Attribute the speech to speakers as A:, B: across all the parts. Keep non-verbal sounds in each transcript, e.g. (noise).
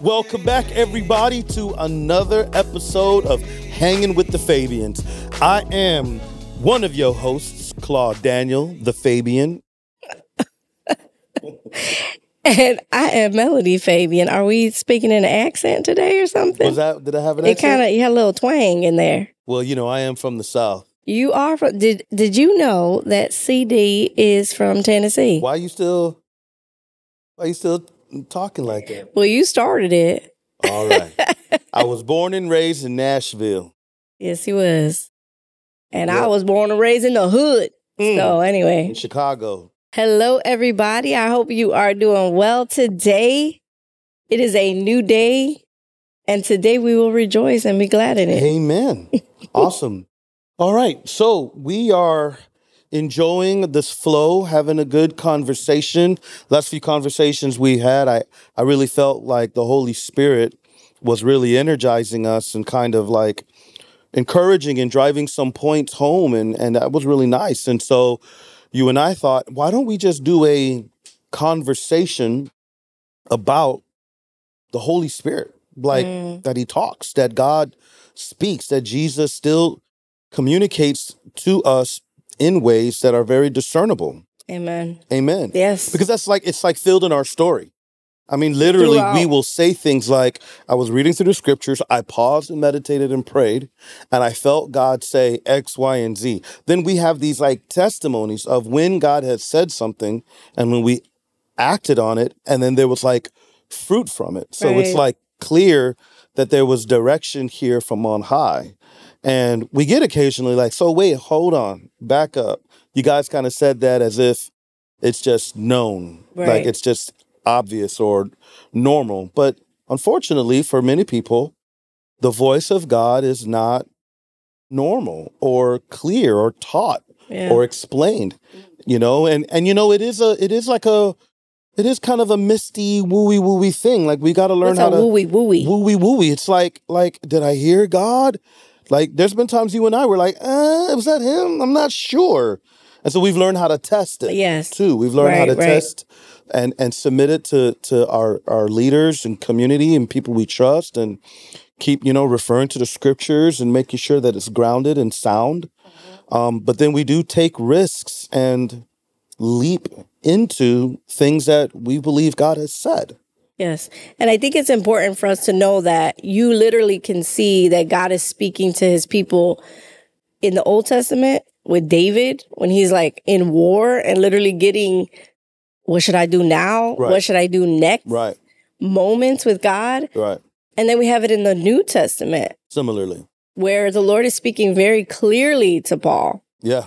A: Welcome back, everybody, to another episode of Hanging with the Fabians. I am one of your hosts, Claude Daniel, the Fabian.
B: And I am Melody Fabian. Are we speaking in an accent today or something?
A: Was that? Did I have an
B: it
A: accent?
B: kind of you had a little twang in there.
A: well, you know, I am from the South.
B: You are from did did you know that CD is from Tennessee?
A: Why are you still? Why you still talking like that?
B: Well, you started it.
A: All
B: (laughs)
A: right. I was born and raised in Nashville.
B: Yes, he was. And
A: Yeah.
B: I was born and raised in the hood.
A: Mm.
B: So anyway,
A: in Chicago.
B: hello everybody. I hope you are doing well today. It is a new day, and today we will rejoice and be glad in it.
A: Amen.
B: (laughs)
A: awesome. All right. So we are enjoying this flow, having a good conversation. Last few conversations we had, I, I really felt like the Holy Spirit was really energizing us and kind of like encouraging and driving some points home. And, and that was really nice. And so you and I thought, why don't we just do a conversation about the Holy Spirit? Like,
B: Mm.
A: that he talks, that God speaks, that Jesus still communicates to us in ways that are very discernible.
B: Amen.
A: Amen.
B: Yes.
A: Because that's like it's like filled in our story. I mean, literally, we
B: Throughout.
A: will say things like, I was reading through the scriptures, I paused and meditated and prayed, and I felt God say X, Y, and Z. Then we have these like testimonies of when God has said something and when we acted on it, and then there was like fruit from it. So it's
B: Right.
A: like clear that there was direction here from on high. And we get occasionally like, so wait, hold on, back up. You guys kind of said that as if it's just known, like
B: Right.
A: it's just obvious or normal. But unfortunately, for many people, the voice of God is not normal or clear or taught
B: yeah. Mm.
A: or explained you know and and you know it is a it is like a it is kind of a misty wooey wooey thing like we got to learn how
B: What's a
A: to
B: wooey wooey?
A: wooey wooey it's like like did i hear god like there's been times you and i were like uh was that him i'm not sure and so we've learned how to test it
B: Yes.
A: too we've learned how
B: Right,
A: to
B: right.
A: test and and submit it to to our our leaders and community and people we trust and keep you know referring to the scriptures and making sure that it's grounded and sound
B: Mm-hmm.
A: um, but then we do take risks and leap into things that we believe god has said
B: Yes. And I think it's important for us to know that you literally can see that God is speaking to his people in the Old Testament with David when he's like in war and literally getting, what should I do now?
A: Right.
B: What should I do next?
A: right
B: Moments with God.
A: right
B: And then we have it in the New Testament
A: similarly
B: where the Lord is speaking very clearly to Paul.
A: yeah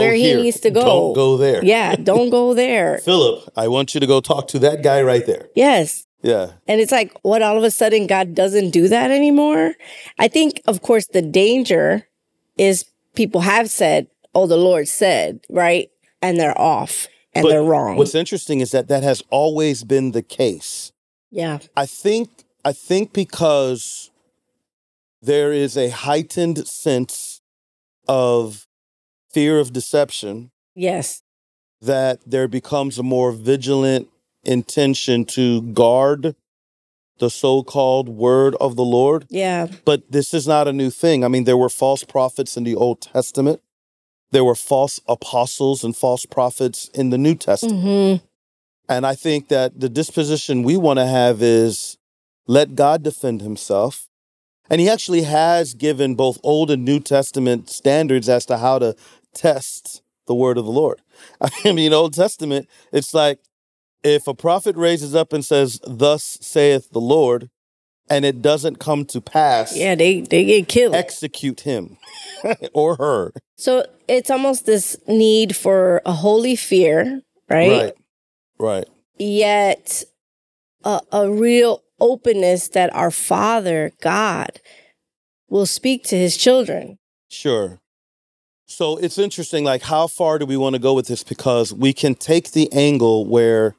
B: Where he needs to go.
A: don't go there
B: Yeah, don't go
A: (laughs)
B: there.
A: philip i want you to go talk to that guy right there
B: Yes.
A: yeah
B: And it's like, what all of a sudden God doesn't do that anymore? I think, of course, the danger is people have said, oh, the Lord said, right? And they're off and
A: But
B: they're wrong.
A: what's interesting is that that has always been the case
B: yeah.
A: I think I think because there is a heightened sense of fear of deception
B: Yes.
A: that there becomes a more vigilant intention to guard the so-called word of the Lord.
B: Yeah.
A: But this is not a new thing. I mean, there were false prophets in the Old Testament. There were false apostles and false prophets in the New Testament.
B: hmm
A: And I think that the disposition we want to have is let God defend himself. And he actually has given both Old and New Testament standards as to how to test the word of the Lord. (laughs) I mean, Old Testament, it's like if a prophet raises up and says, Thus saith the Lord, and it doesn't come to pass,
B: Yeah. They, they get killed.
A: execute him (laughs) or her.
B: so it's almost this need for a holy fear,
A: Right. Right.
B: yet a, a real openness that our Father, God, will speak to his children.
A: Sure. So it's interesting, like, how far do we want to go with this? Because we can take the angle where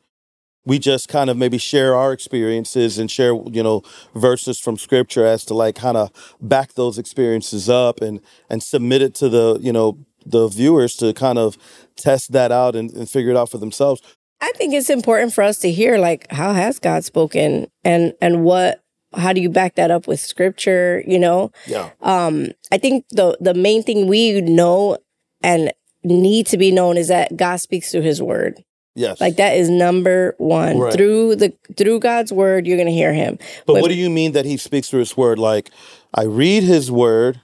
A: we just kind of maybe share our experiences and share, you know, verses from scripture as to like kind of back those experiences up and and submit it to the, you know, the viewers to kind of test that out and, and figure it out for themselves.
B: I think it's important for us to hear like how has God spoken and and what how do you back that up with scripture, you know?
A: Yeah.
B: Um I think the the main thing we know and need to be known is that God speaks through his word.
A: Yes.
B: Like that is number 1.
A: Right.
B: Through the through God's word you're going to hear him.
A: But
B: But-
A: what do you mean that he speaks through his word? Like I read his word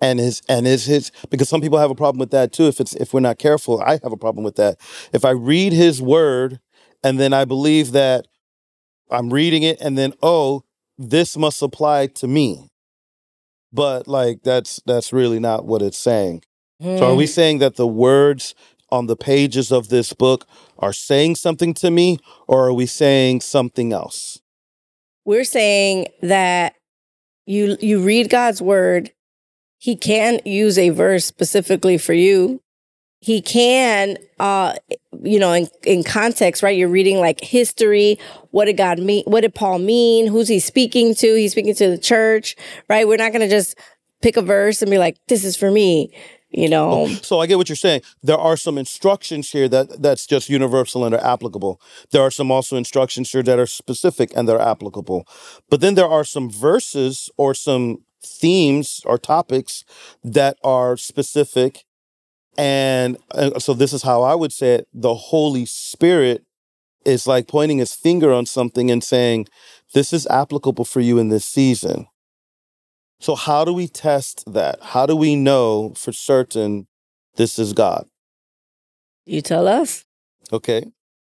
A: and his and is his because some people have a problem with that too if it's if we're not careful. I have a problem with that. If I read his word and then I believe that I'm reading it and then oh, this must apply to me. But like that's that's really not what it's saying.
B: Hmm.
A: So are we saying that the words on the pages of this book are saying something to me or are we saying something else?
B: we're saying that you you read God's word, he can use a verse specifically for you. He can uh you know in, in context, right? You're reading like history, what did God mean? What did Paul mean? Who's he speaking to? He's speaking to the church, right? We're not going to just pick a verse and be like this is for me,
A: (laughs)
B: you know.
A: Oh, So I get what you're saying. There are some instructions here that that's just universal and are applicable. There are some also instructions here that are specific and they're applicable. But then there are some verses or some themes or topics that are specific. And uh, so this is how I would say it. The Holy Spirit is like pointing his finger on something and saying, this is applicable for you in this season. So how do we test that? How do we know for certain this is God?
B: You tell us.
A: Okay.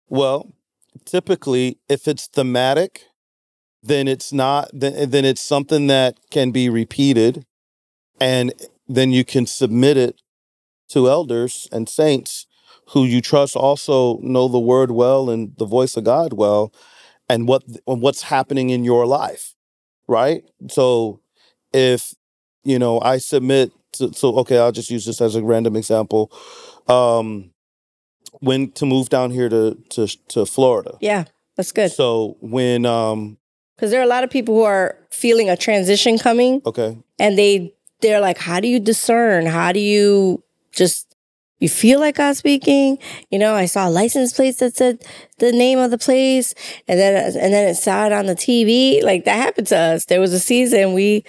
A: Well, typically, if it's thematic, then it's not, then, then it's something that can be repeated. And then you can submit it to elders and saints who you trust also know the word well and the voice of God well and what and what's happening in your life. Right. So if, you know, I submit to, so, okay, I'll just use this as a random example. Um, when to move down here to to to Florida.
B: Yeah, that's good.
A: So when um
B: Cuz there are a lot of people who are feeling a transition coming
A: okay
B: and they they're like how do you discern how do you just you feel like god's speaking you know i saw a license plates that said the name of the place and then and then it saw it on the tv like that happened to us there was a season we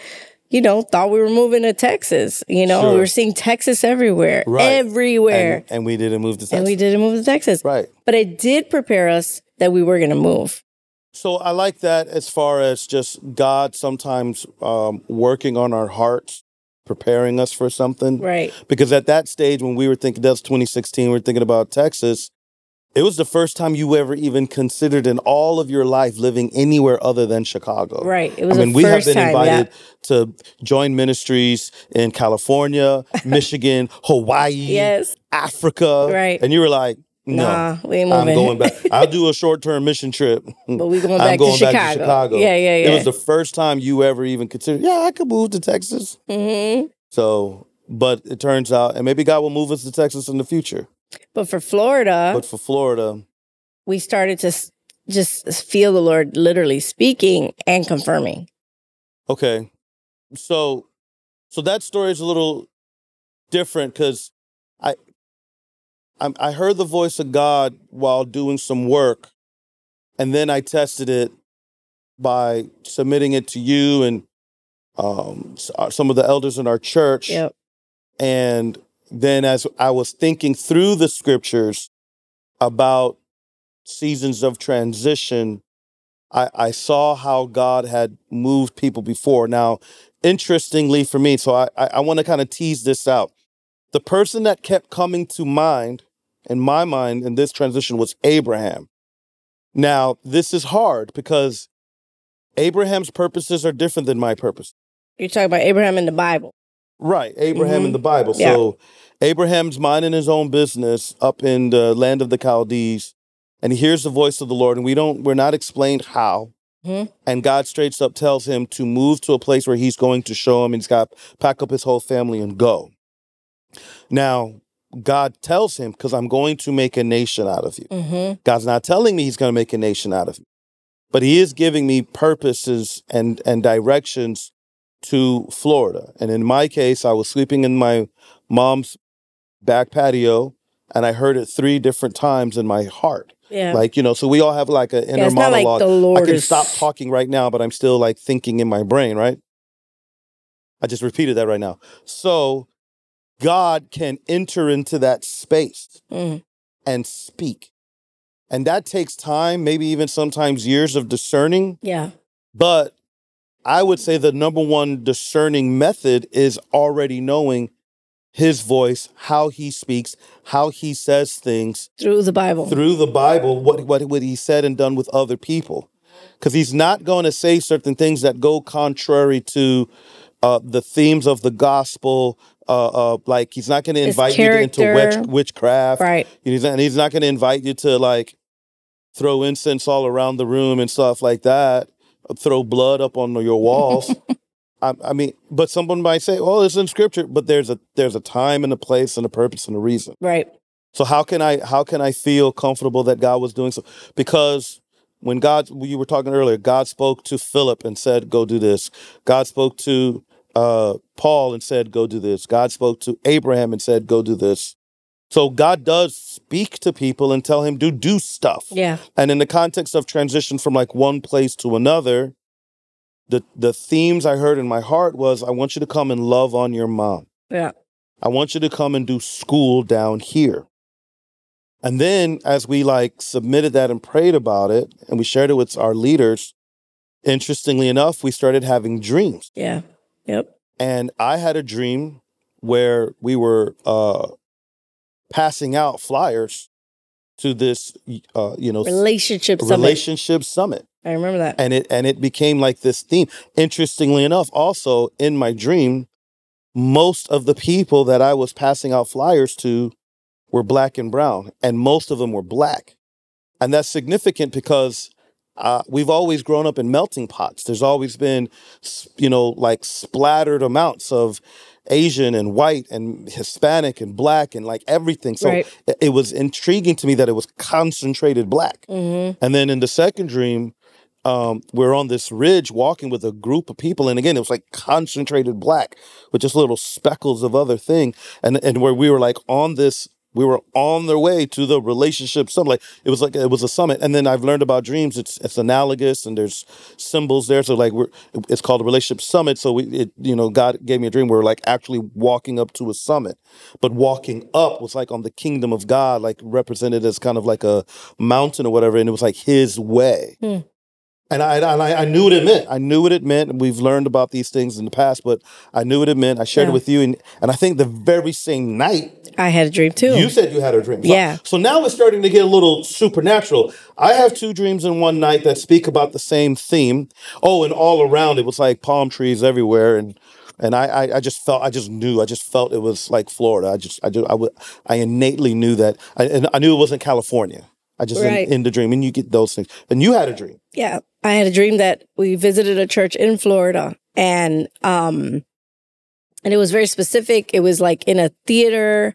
B: you know thought we were moving to texas you know we
A: Sure.
B: were seeing texas everywhere
A: Right.
B: everywhere
A: and, and we didn't move to Texas.
B: and we didn't move to texas
A: Right.
B: but it did prepare us that we were going to move
A: So I like that as far as just God sometimes um, working on our hearts, preparing us for something.
B: right
A: Because at that stage when we were thinking that's 2016, we were thinking about Texas. It was the first time you ever even considered in all of your life living anywhere other than Chicago.
B: right it was
A: I mean,
B: the
A: we have
B: first
A: been
B: time
A: invited
B: yeah.
A: to join ministries in
B: (laughs)
A: California, Michigan, Hawaii,
B: yes
A: Africa.
B: Right.
A: And you were like, no,
B: nah we ain't
A: I'm
B: moving
A: going
B: (laughs)
A: back. I'll do a short term mission trip.
B: but we going
A: I'm
B: back,
A: going
B: to,
A: back
B: Chicago.
A: to Chicago.
B: Yeah, yeah, yeah.
A: It was the first time you ever even considered, yeah, I could move to Texas.
B: Mhm.
A: So, but it turns out, and maybe God will move us to Texas in the future.
B: But for Florida,
A: But for Florida,
B: we started to s- just feel the Lord literally speaking and confirming.
A: Okay. So so that story is a little different cuz I I I heard the voice of God while doing some work and then I tested it by submitting it to you and um s- uh, some of the elders in our church
B: Yep.
A: and then as I was thinking through the scriptures about seasons of transition, I, I saw how God had moved people before. Now, interestingly for me, so I, I, I want to kind of tease this out. The person that kept coming to mind in my mind in this transition was Abraham. Now, this is hard because Abraham's purposes are different than my purpose.
B: You're talking about Abraham in the Bible.
A: Right, Abraham in
B: Mhm.
A: the Bible.
B: Yeah.
A: So Abraham's minding his own business up in the land of the Chaldees, and he hears the voice of the Lord, and we don't we're not explained how.
B: Mhm.
A: And God straight up tells him to move to a place where he's going to show him, and he's got pack up his whole family and go. Now, God tells him, because I'm going to make a nation out of you.
B: hmm
A: God's not telling me he's going to make a nation out of me, but he is giving me purposes and, and directions to Florida. And in my case, I was sleeping in my mom's back patio and I heard it three different times in my heart.
B: Yeah.
A: Like, you know, so we all have like an inner
B: it's not like
A: monologue.
B: the Lord
A: I can
B: is-
A: stop talking right now, but I'm still like thinking in my brain, right? I just repeated that right now. So God can enter into that space
B: Mhm.
A: and speak. And that takes time, maybe even sometimes years of discerning.
B: Yeah.
A: But I would say the number one discerning method is already knowing his voice, how he speaks, how he says things
B: Through the Bible.
A: through the Bible, what, what, what he said and done with other people. Because he's not going to say certain things that go contrary to uh, the themes of the gospel. Uh, uh, like he's not going to invite you to- into
B: character.
A: witch, witchcraft.
B: Right.
A: And he's not, and he's not going to invite you to like throw incense all around the room and stuff like that, throw blood up on your walls. I, I mean, but someone might say, "Oh, it's in scripture," but there's a there's a time and a place and a purpose and a reason.
B: Right.
A: So how can I how can I feel comfortable that God was doing so? Because when God, you were talking earlier, God spoke to Philip and said, "Go do this." God spoke to uh, Paul and said, "Go do this." God spoke to Abraham and said, "Go do this." So God does speak to people and tell him to do stuff.
B: Yeah.
A: And in the context of transition from like one place to another, the the themes I heard in my heart was, "I want you to come and love on your mom."
B: Yeah.
A: I want you to come and do school down here. And then as we like submitted that and prayed about it and we shared it with our leaders, interestingly enough, we started having dreams.
B: Yeah. Yep.
A: And I had a dream where we were uh passing out flyers to this uh you know
B: Relationship summit.
A: relationship summit
B: I remember that.
A: and it and it became like this theme. Interestingly enough, also in my dream, most of the people that I was passing out flyers to were black and brown, and most of them were black, and that's significant because. Uh, we've always grown up in melting pots. There's always been, s- you know, like splattered amounts of Asian and white and Hispanic and black and like everything. So
B: Right.
A: it- it was intriguing to me that it was concentrated black.
B: Mm-hmm.
A: And then in the second dream, um, we're on this ridge walking with a group of people. And again, it was like concentrated black with just little speckles of other thing. And and where we were like on this, we were on their way to the relationship summit. Like it was like it was a summit. And then I've learned about dreams. It's it's analogous and there's symbols there. So like we're it's called a relationship summit. So we it you know, God gave me a dream where we're like actually walking up to a summit. But walking up was like on the kingdom of God, like represented as kind of like a mountain or whatever, and it was like his way. And I, and I I knew what it meant. I knew what it meant. And we've learned about these things in the past, but I knew what it meant. I shared
B: Yeah.
A: it with you. And, and I think the very same night,
B: I had a dream too.
A: you said you had a dream. So-
B: Hmm. Yeah.
A: So now it's starting to get a little supernatural. I have two dreams in one night that speak about the same theme. Oh, and all around it was like palm trees everywhere. And and I, I, I just felt, I just knew, I just felt it was like Florida. I just, I, do, I, would, I innately knew that. I, and I knew it wasn't California. I just, in-
B: Right.
A: in the dream, and you get those things. And you had a dream.
B: yeah i had a dream that we visited a church in florida and um and it was very specific it was like in a theater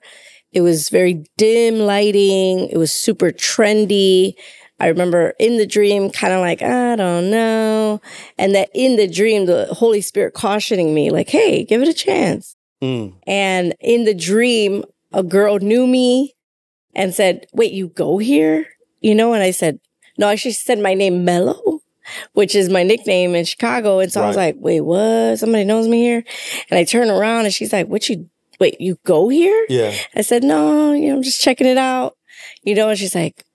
B: it was very dim lighting it was super trendy i remember in the dream kind of like i don't know and that in the dream the holy spirit cautioning me like hey give it a chance
A: Mm.
B: and in the dream, a girl knew me and said, Wait, you go here? You know, and I said, No, I should said my name Mello, which is my nickname in Chicago. And so I was
A: Right.
B: like, Wait, what? Somebody knows me here? And I turn around and she's like, What you wait, you go here?
A: Yeah.
B: I said, No, you know, I'm just checking it out. You know, and she's like,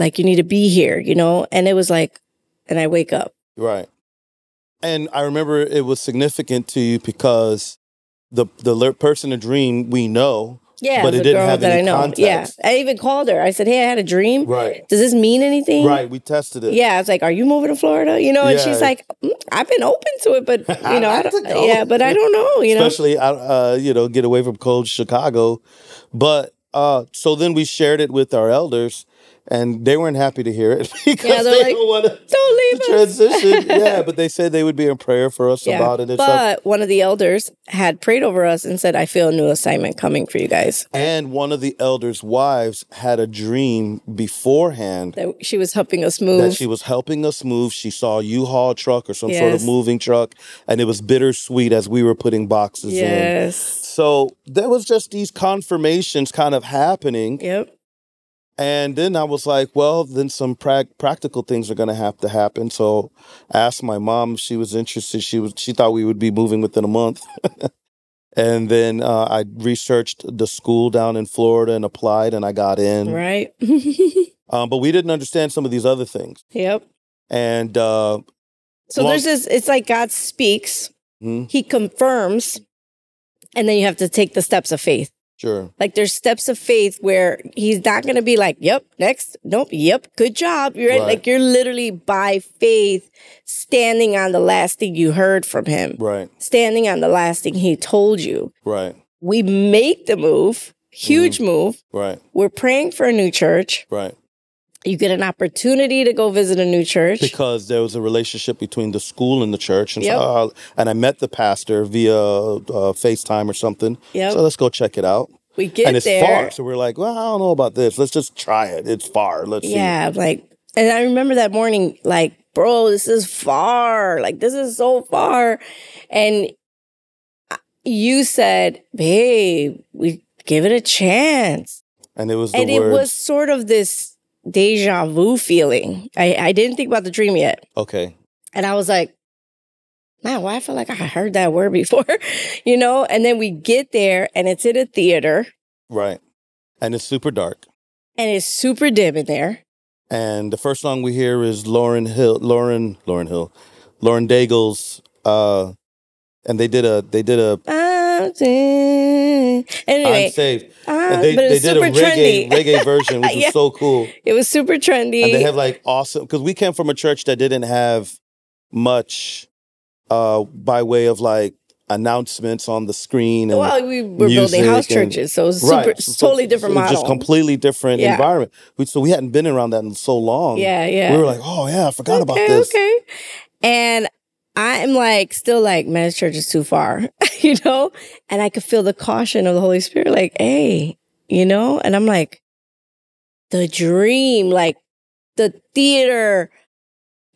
B: like you need to be here, you know? And it was like, and I wake up.
A: Right. And I remember it was significant to you because the the le- person in dream we know,
B: Yeah,
A: But
B: was
A: it
B: a
A: didn't
B: girl
A: have
B: that
A: any
B: I know.
A: context.
B: Yeah. I even called her. I said, Hey, I had a dream.
A: right?
B: Does this mean anything?
A: Right. We tested it.
B: Mm-hmm. Yeah, I was like, "Are you moving to Florida?" You know, and
A: Yeah.
B: she's like, "Mm, "I've been open to it,
A: (laughs)
B: but you know, I
A: That's a
B: don't,
A: go.
B: yeah, but I don't know." You know,
A: Especially, I uh, you know, get away from cold Chicago, but uh, so then we shared it with our elders, and they weren't happy to hear it (laughs) because
B: Yeah, they're
A: they
B: like,
A: don't want to
B: don't leave us.
A: (laughs) transition. yeah, but they said they would be in prayer for us
B: Yeah.
A: about it and stuff.
B: But one of the elders had prayed over us and said, "I feel a new assignment coming for you guys."
A: And one of the elders' wives had a dream beforehand
B: That she was helping us move.
A: that she was helping us move. She saw a U-Haul truck or some sort of
B: Yes.
A: moving truck, and it was bittersweet as we were putting boxes in.
B: yes.
A: So there was just these confirmations kind of happening,
B: Yep.
A: And then I was like, well, then some prac practical things are going to have to happen. So I asked my mom if she was interested. She was she thought we would be moving within a month. (laughs) And then uh, I researched the school down in Florida and applied, and I got in.
B: Right. (laughs)
A: Um, but we didn't understand some of these other things.
B: yep.
A: And uh,
B: So
A: Long-
B: there's this, it's like God speaks,
A: hmm,
B: he confirms, and then you have to take the steps of faith.
A: sure,
B: Like there's steps of faith where he's not going to be like, yep, next, nope, yep, good job. You're right.
A: Right.
B: Like you're literally by faith standing on the last thing you heard from him,
A: right,
B: standing on the last thing he told you.
A: right,
B: We make the move, huge
A: Mm.
B: move.
A: right,
B: We're praying for a new church.
A: right.
B: You get an opportunity to go visit a new church.
A: Because there was a relationship between the school and the church, and
B: Yep.
A: so, uh, and I met the pastor via uh, FaceTime or something.
B: Yep.
A: So let's go check it out.
B: we get
A: and it's
B: there.
A: far, so we're like, well, I don't know about this. Let's just try it. It's far. Let's see.
B: Yeah, like, and I remember that morning, like, bro, this is far. Like, this is so far. And I- you said, babe, we give it a chance.
A: And it was the
B: and
A: word.
B: it was sort of this deja vu feeling. I, I didn't think about the dream yet.
A: okay.
B: And I was like, man, why I feel like I heard that word (laughs) before, you know? And then we get there and it's in a theater
A: Right. And it's super dark.
B: and it's super dim in there.
A: And the first song we hear is Lauren Hill, Lauren, Lauren Hill, Lauren Daigle's, uh, and they did a, they did a,
B: I'm saying-
A: I'm
B: Ah, Anyway,
A: saved.
B: uh,
A: And they,
B: but
A: they
B: it's
A: did a
B: super
A: reggae,
B: trendy.
A: reggae
B: (laughs)
A: version, which was
B: Yeah.
A: so cool.
B: it was super trendy.
A: And they have like awesome, cause we came from a church that didn't have much, uh, by way of like announcements on the screen. And
B: well, we were
A: music
B: building house
A: and-
B: churches, so it was super,
A: Right.
B: it's
A: So- so-
B: totally different
A: so it's
B: model.
A: Just completely different
B: Yeah.
A: environment. We, so we hadn't been around that in so long.
B: yeah, yeah.
A: um, We were like, oh yeah, I forgot about
B: okay,
A: this.
B: okay. And I'm like, still like, man, this church is too far, (laughs) you know? And I could feel the caution of the Holy Spirit, like, hey, you know? And I'm like, the dream, like the theater,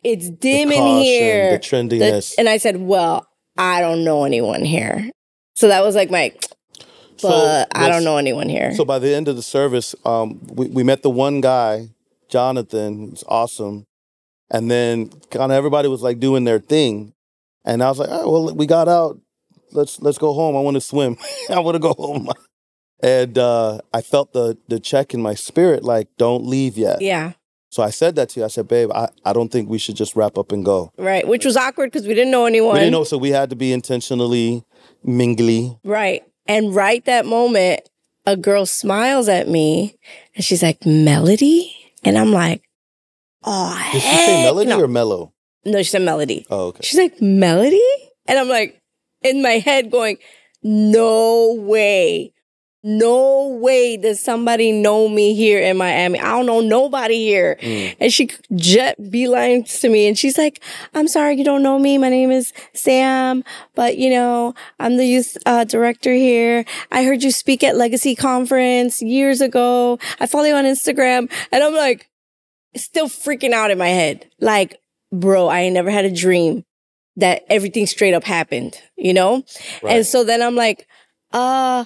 B: it's dim
A: the
B: in
A: caution,
B: here.
A: the trendiness.
B: The- and I said, well, I don't know anyone here. So that was like my, but I
A: yes.
B: don't know anyone here.
A: So by the end of the service, um, we, we met the one guy, Jonathan. It's awesome. And then kind of everybody was like doing their thing, and I was like, oh well, we got out. Let's let's go home. I want to swim. (laughs) I want to go home. And uh, I felt the the check in my spirit, like don't leave yet.
B: yeah,
A: So I said that to you. I said, babe, I, I don't think we should just wrap up and go.
B: right. Which was awkward because we didn't know anyone.
A: We didn't know, so we had to be intentionally mingly.
B: Right. And right that moment, a girl smiles at me and she's like, Melody? And I'm like, oh,
A: Did she say melody
B: no.
A: or mellow?
B: no, she said Melody.
A: Oh, okay.
B: She's like, Melody? And I'm like, in my head going, no way. No way does somebody know me here in Miami. I don't know nobody here.
A: Mm.
B: And she jet beelines to me and she's like, I'm sorry you don't know me. My name is Sam, but you know, I'm the youth uh, director here. I heard you speak at Legacy Conference years ago. I follow you on Instagram. And I'm like, still freaking out in my head. Like, bro, I ain't never had a dream that everything straight up happened, you know?
A: Right.
B: And so then I'm like, uh,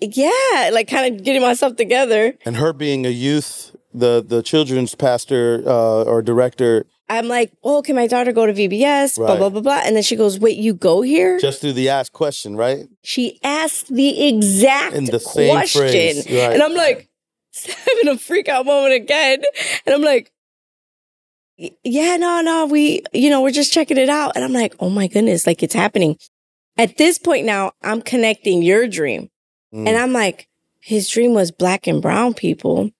B: yeah, like kind of getting myself together.
A: and her being a youth the the children's pastor uh, or director
B: I'm like, oh, can my daughter go to VBS? Blah,
A: Right.
B: blah, blah, blah. And then she goes, wait, you go here?
A: just through the ask question right
B: she asked the exact
A: In the same
B: question.
A: phrase, right.
B: And I'm like, (laughs) having a freak out moment again. And I'm like, "Y- yeah, no, no, we, you know, we're just checking it out. And I'm like, oh my goodness, like it's happening. At this point now, I'm connecting your dream.
A: Mm.
B: And I'm like, his dream was black and brown people.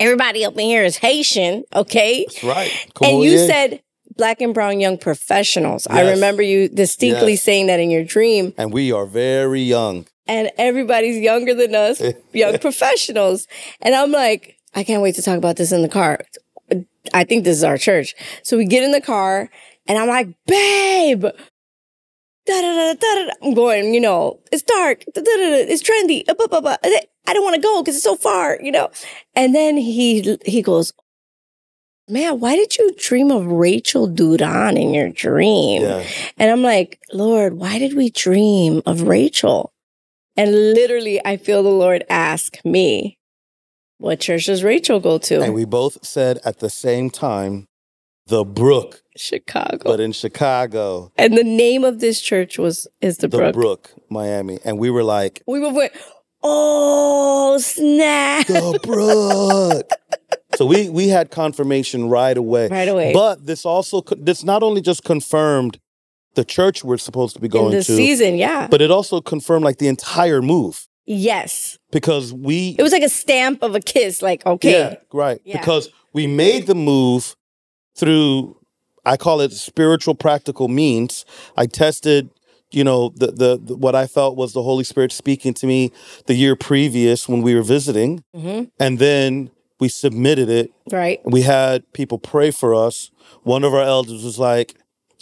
B: Everybody up in here is Haitian, okay?
A: that's right
B: and you
A: Kumbaya.
B: said black and brown young professionals. I
A: Yes.
B: remember you distinctly
A: Yes.
B: saying that in your dream.
A: and we are very young (laughs)
B: And everybody's younger than us, young professionals. And I'm like, I can't wait to talk about this in the car. I think this is our church. So we get in the car and I'm like, babe. Da, da, da, da, da. I'm going, you know, it's dark. Da, da, da, da. It's trendy. Uh, buh, buh, buh. I don't want to go because it's so far, you know. And then he he goes, man, why did you dream of Rachel Dudon in your dream?
A: yeah
B: And I'm like, Lord, why did we dream of Rachel? And literally, I feel the Lord ask me, What church does Rachel go to?
A: And we both said at the same time, the Brook,
B: Chicago.
A: but in Chicago,
B: and the name of this church was is the,
A: the
B: Brook.
A: Brook, Miami. And we were like,
B: We were like, oh snap!
A: the Brook. so we we had confirmation right away.
B: Right away.
A: But this also co- this not only just confirmed the church we're supposed to be
B: in
A: going
B: this
A: to,
B: season, yeah,
A: but it also confirmed like the entire move
B: yes,
A: because we
B: it was like a stamp of a kiss. Like okay,
A: Yeah, right.
B: Yeah.
A: Because we made the move through I call it spiritual practical means. I tested, you know, the, the the- what I felt was the Holy Spirit speaking to me the year previous when we were visiting,
B: Mhm.
A: and then we submitted it.
B: right?
A: We had people pray for us. One of our elders was like,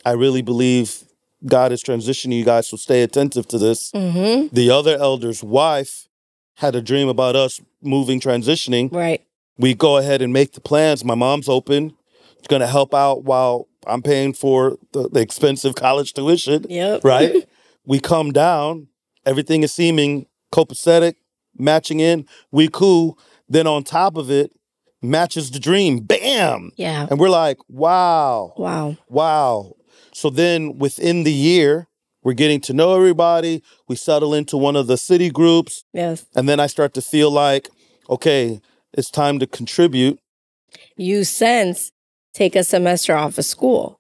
A: "I really believe God is transitioning you guys, so stay attentive to
B: (laughs)
A: this."
B: hmm
A: The other elder's wife had a dream about us moving, transitioning
B: Right.
A: we go ahead and make the plans. My mom's open. She's going to help out while I'm paying for the, the expensive (laughs) college tuition,
B: Yep.
A: right? we come down. Everything is seeming copacetic, matching in. We cool. Then on top of it, matches the dream. Bam!
B: (laughs) Yeah.
A: And we're like, wow.
B: Wow.
A: Wow. So then within the year, we're getting to know everybody. We settle into one of the city groups.
B: Yes.
A: And then I start to feel like, okay, it's time to contribute.
B: You sense take a semester off of school.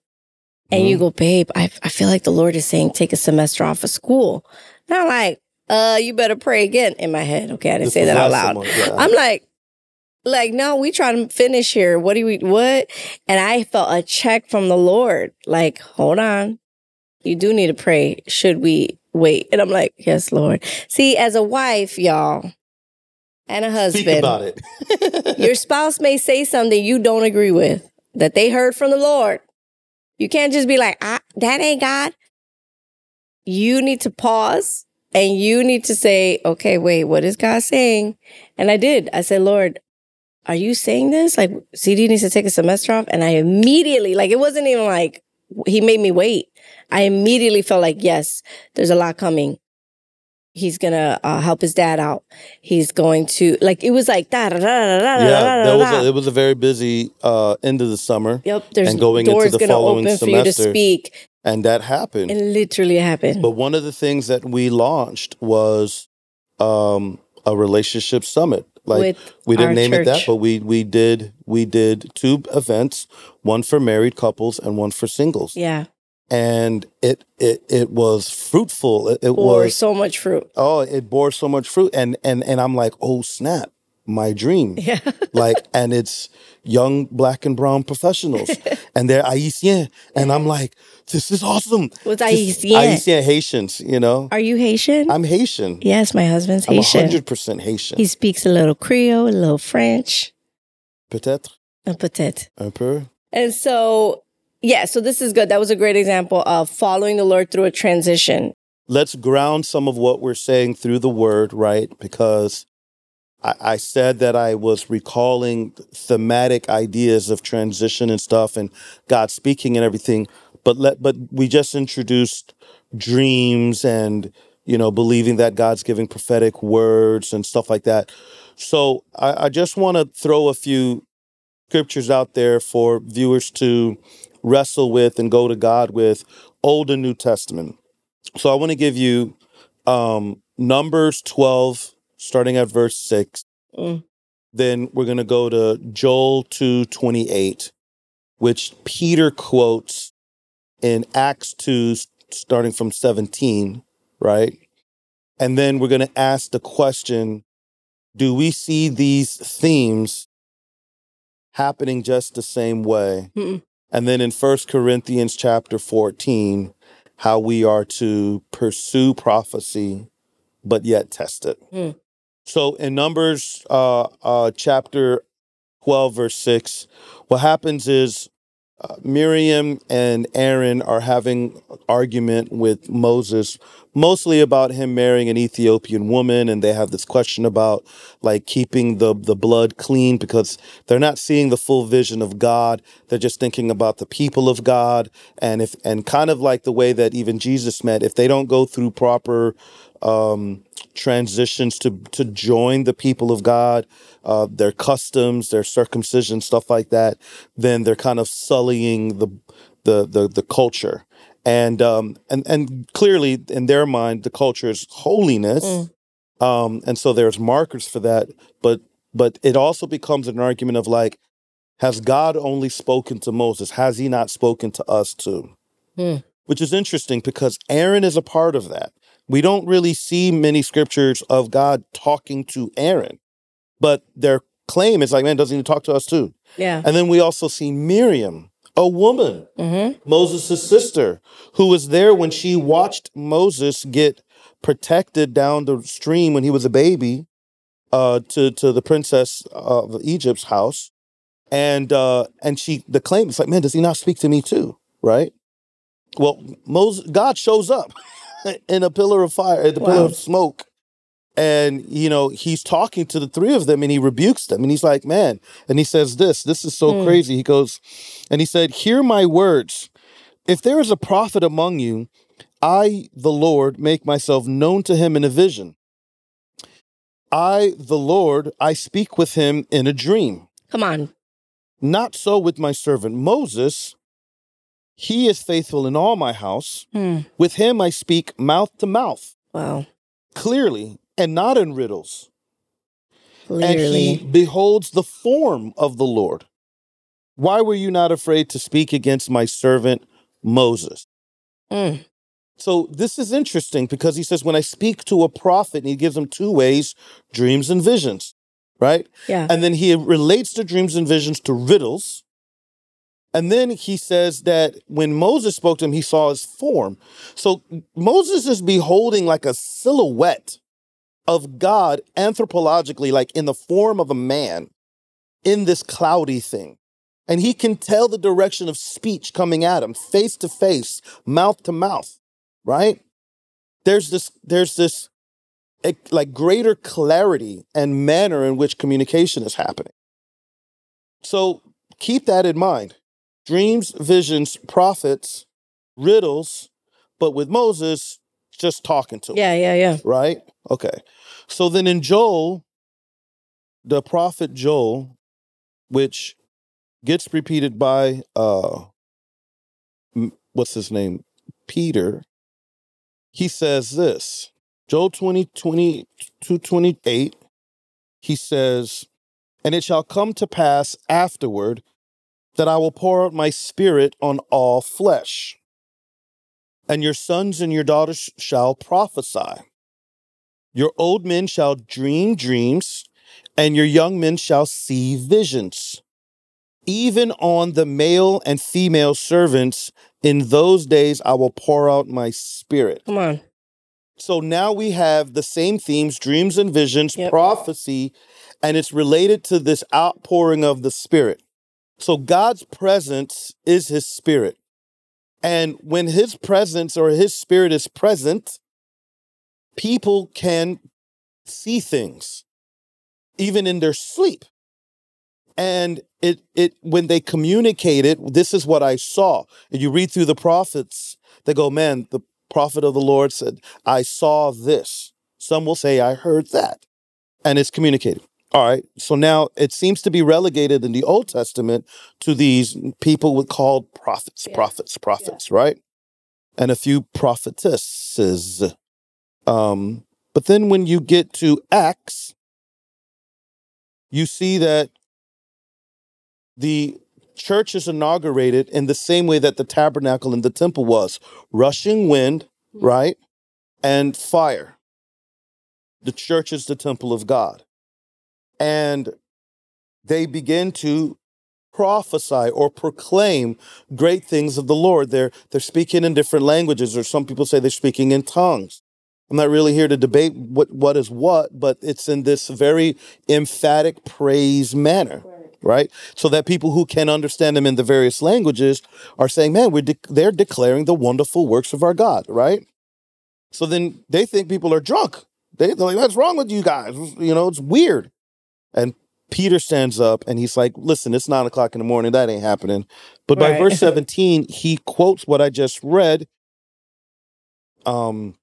B: And you
A: Mhm.
B: go, babe, I, I feel like the Lord is saying take a semester off of school. Not like, uh, you better pray again in my head. Okay, I didn't
A: This
B: say
A: was
B: that out
A: last
B: loud.
A: summer, yeah.
B: I'm like, like, no, we trying to finish here. What do we what? And I felt a check from the Lord. Like, hold on. You do need to pray. Should we wait? And I'm like, yes, Lord. See, as a wife, y'all, and a husband.
A: Speak about
B: (laughs)
A: it.
B: Your spouse may say something you don't agree with that they heard from the Lord. You can't just be like, I, that ain't God. You need to pause and you need to say, okay, wait, what is God saying? And I did. I said, Lord, are you saying this? Like, CD needs to take a semester off. And I immediately, like, it wasn't even like he made me wait. I immediately felt like, yes, there's a lot coming. He's gonna uh, help his dad out. He's going to like it was like da da da da da da da
A: yeah, that was
B: da.
A: a, it was a very busy uh, end of the summer,
B: Yep, there's
A: and going into
B: doors
A: the
B: gonna
A: following
B: open for you to
A: semester.
B: speak.
A: and that happened.
B: It literally happened.
A: but one of the things that we launched was um, a relationship summit. Like
B: With
A: we didn't
B: our
A: name it that,
B: church.
A: but we we did we did two events, one for married couples and one for singles,
B: yeah,
A: and it it it was fruitful. It, it
B: or
A: was
B: so much fruit. (laughs)
A: oh it bore so much fruit and and and i'm like oh snap my
B: (laughs)
A: dream
B: Yeah,
A: like and it's young black and brown
B: (laughs)
A: professionals and they're haitian and i'm like this is awesome
B: was
A: This-
B: Haitian.
A: haitian haitians you know
B: Are you Haitian?
A: i'm haitian
B: yes, my husband's
A: i'm
B: Haitian.
A: 100% haitian
B: He speaks a little Creole, a little French,
A: peut-être
B: and peut-être.
A: un peu
B: And so, yeah, so this is good. That was a great example of following the Lord through a transition.
A: let's ground some of what we're saying through the word, right? Because I, I said that I was recalling thematic ideas of transition and stuff and God speaking and everything. But let but we just introduced dreams and you know believing that God's giving prophetic words and stuff like that. So I, I just want to throw a few scriptures out there for viewers to wrestle with and go to God with, Old and New Testament. So I want to give you um, Numbers 12, starting at verse 6.
B: Mm.
A: Then we're going to go to Joel 2 28, which Peter quotes in Acts 2, s- starting from 17, right? And then we're going to ask the question do we see these themes happening just the same way?
B: Mm-mm.
A: And then in 1 Corinthians chapter 14, how we are to pursue prophecy, but yet test it.
B: Hmm.
A: So in Numbers uh, uh, chapter 12, verse 6, what happens is uh, Miriam and Aaron are having argument with Moses. mostly about him marrying an Ethiopian woman, and they have this question about like keeping the the blood clean because they're not seeing the full vision of God. They're just thinking about the people of God, and if and kind of like the way that even Jesus meant, if they don't go through proper um, transitions to to join the people of God, uh, their customs, their circumcision, stuff like that, then they're kind of sullying the the the, the culture, and um, and and clearly in their mind, the culture is holiness,
B: Mm.
A: um, and so there's markers for that, but but it also becomes an argument of like, has God only spoken to Moses? Has He not spoken to us too?
B: Hmm.
A: which is interesting because Aaron is a part of that. We don't really see many scriptures of God talking to Aaron, but their claim is like, man, doesn't he talk to us too?
B: Yeah.
A: And then we also see Miriam, a woman,
B: Mm-hmm.
A: Moses' sister, who was there when she watched Moses get protected down the stream when he was a baby uh, to, to the princess of Egypt's house. And uh, and she the claim is like, man, does he not speak to me too? Right? Well, Moses, God shows up (laughs) in a pillar of fire, in the pillar of
B: Wow.
A: smoke, and you know he's talking to the three of them, and he rebukes them, and he's like, "Man," and he says, "This, this is so
B: Mm.
A: crazy." He goes, and he said, "Hear my words. If there is a prophet among you, I, the Lord, make myself known to him in a vision. I, the Lord, I speak with him in a dream.
B: Come on.
A: Not so with my servant Moses. He is faithful in all my house.
B: Hmm.
A: With him I speak mouth to mouth."
B: Wow.
A: clearly and not in riddles. And he
B: Clearly.
A: beholds the form of the Lord. Why were you not afraid to speak against my servant Moses?
B: Mm.
A: So this is interesting because he says, when I speak to a prophet, and he gives him two ways dreams and visions, right?
B: Yeah.
A: And then he relates the dreams and visions to riddles. And then he says that when Moses spoke to him, he saw his form. So Moses is beholding like a silhouette of God anthropologically, like in the form of a man in this cloudy thing. And he can tell the direction of speech coming at him, face to face, mouth to mouth, right? There's this, there's this eh, like greater clarity and manner in which communication is happening. So keep that in mind. Dreams, visions, prophets, riddles, but with Moses, just talking to him,
B: Uh, Yeah. Yeah. Yeah.
A: right? Okay. So then in Joel, the prophet Joel, which gets repeated by uh m- what's his name? Peter, he says this. Joel 20, 20 to 28, he says, And it shall come to pass afterward that I will pour out my spirit on all flesh, and your sons and your daughters shall prophesy. Your old men shall dream dreams, and your young men shall see visions. even on the male and female servants in those days i will pour out my spirit
B: Come on.
A: so now we have the same themes dreams and visions
B: Yep.
A: prophecy and it's related to this outpouring of the spirit so god's presence is his spirit and when his presence or his spirit is present people can see things even in their sleep and it it when they communicate it this is what i saw and you read through the prophets they go man the prophet of the lord said i saw this some will say i heard that and it's communicated all right so now it seems to be relegated in the old testament to these people with called prophets
B: Yeah.
A: prophets prophets right and a few prophetesses um but then when you get to acts you see that the church is inaugurated in the same way that the tabernacle and the temple was rushing wind, right? And fire. The church is the temple of God. And they begin to prophesy or proclaim great things of the Lord. They're, they're speaking in different languages, or some people say they're speaking in tongues. I'm not really here to debate what, what is what, but it's in this very emphatic praise manner, right? So that people who can understand them in the various languages are saying, man, we're de- they're declaring the wonderful works of our God, right? So then they think people are drunk. They, they're like, "What's wrong with you guys? You know, it's weird." And Peter stands up and he's like, "Listen, it's nine o'clock in the morning. That ain't happening." But by
B: Right.
A: verse seventeen, he quotes what I just read. Um,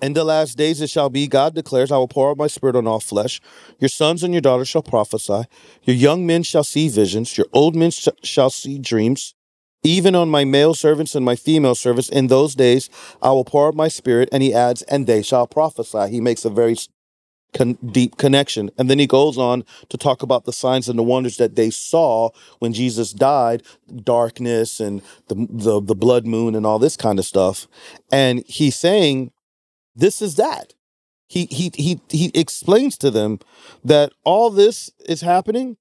A: in the last days it shall be, God declares, I will pour out my spirit on all flesh. Your sons and your daughters shall prophesy. Your young men shall see visions. Your old men sh- shall see dreams. Even on my male servants and my female servants, in those days I will pour out my spirit. And he adds, and they shall prophesy. He makes a very s- con- deep connection. And then he goes on to talk about the signs and the wonders that they saw when Jesus died, darkness and the, the, the blood moon and all this kind of stuff. And he's saying, this is that. He he he he explains to them that all this is happening.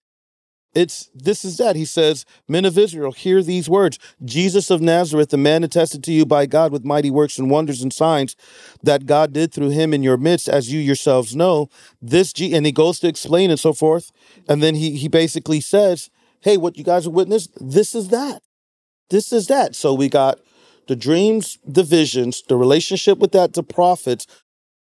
A: It's this is that. He says, Men of Israel, hear these words. Jesus of Nazareth, the man attested to you by God with mighty works and wonders and signs that God did through him in your midst, as you yourselves know. This G and he goes to explain and so forth. And then he he basically says, Hey, what you guys have witnessed, this is that this is that. So we got the dreams, the visions, the relationship with that, the prophets,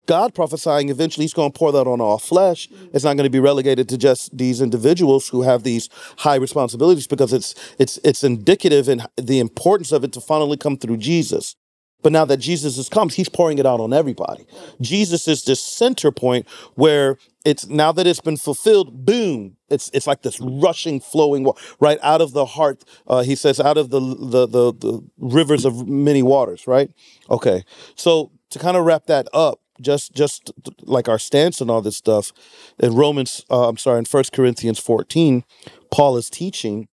A: God prophesying eventually he's going to pour that on all flesh. It's not going to be relegated to just these individuals who have these high responsibilities because it's it's it's indicative in the importance of it to finally come through Jesus. But now that Jesus has come, he's pouring it out on everybody. Jesus is this center point where it's now that it's been fulfilled, boom, it's it's like this rushing, flowing wa- right out of the heart. Uh, he says, out of the, the the the rivers of many waters, right? Okay. So to kind of wrap that up, just just like our stance and all this stuff, in Romans, uh, I'm sorry, in First Corinthians 14, Paul is teaching,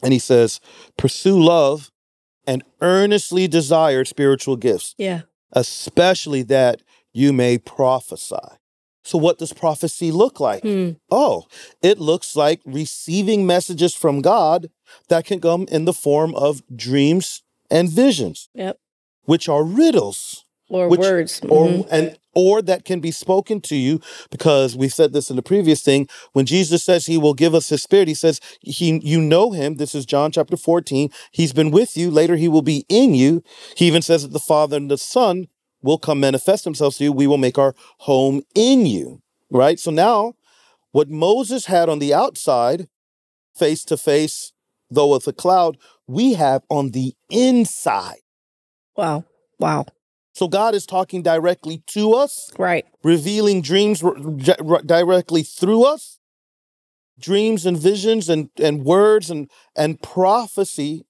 A: and he says, pursue love and earnestly desire spiritual gifts
B: Yeah.
A: especially that you may prophesy. So, what does prophecy look like?
B: Hmm.
A: Oh, it looks like receiving messages from God that can come in the form of dreams and visions,
B: Yep.
A: which are riddles,
B: Or
A: Which-
B: words.
A: or
B: Mhm.
A: and or that can be spoken to you because we said this in the previous thing. When Jesus says He will give us His Spirit, He says He you know Him. This is John chapter fourteen. He's been with you. Later, He will be in you. He even says that the Father and the Son will come manifest themselves to you. We will make our home in you. Right. So now what Moses had on the outside, face to face, though with a cloud, we have on the inside.
B: Wow. Wow.
A: So God is talking directly to us,
B: Right.
A: revealing dreams r- di- r- directly through us. Dreams and visions and, and words and, and prophecy.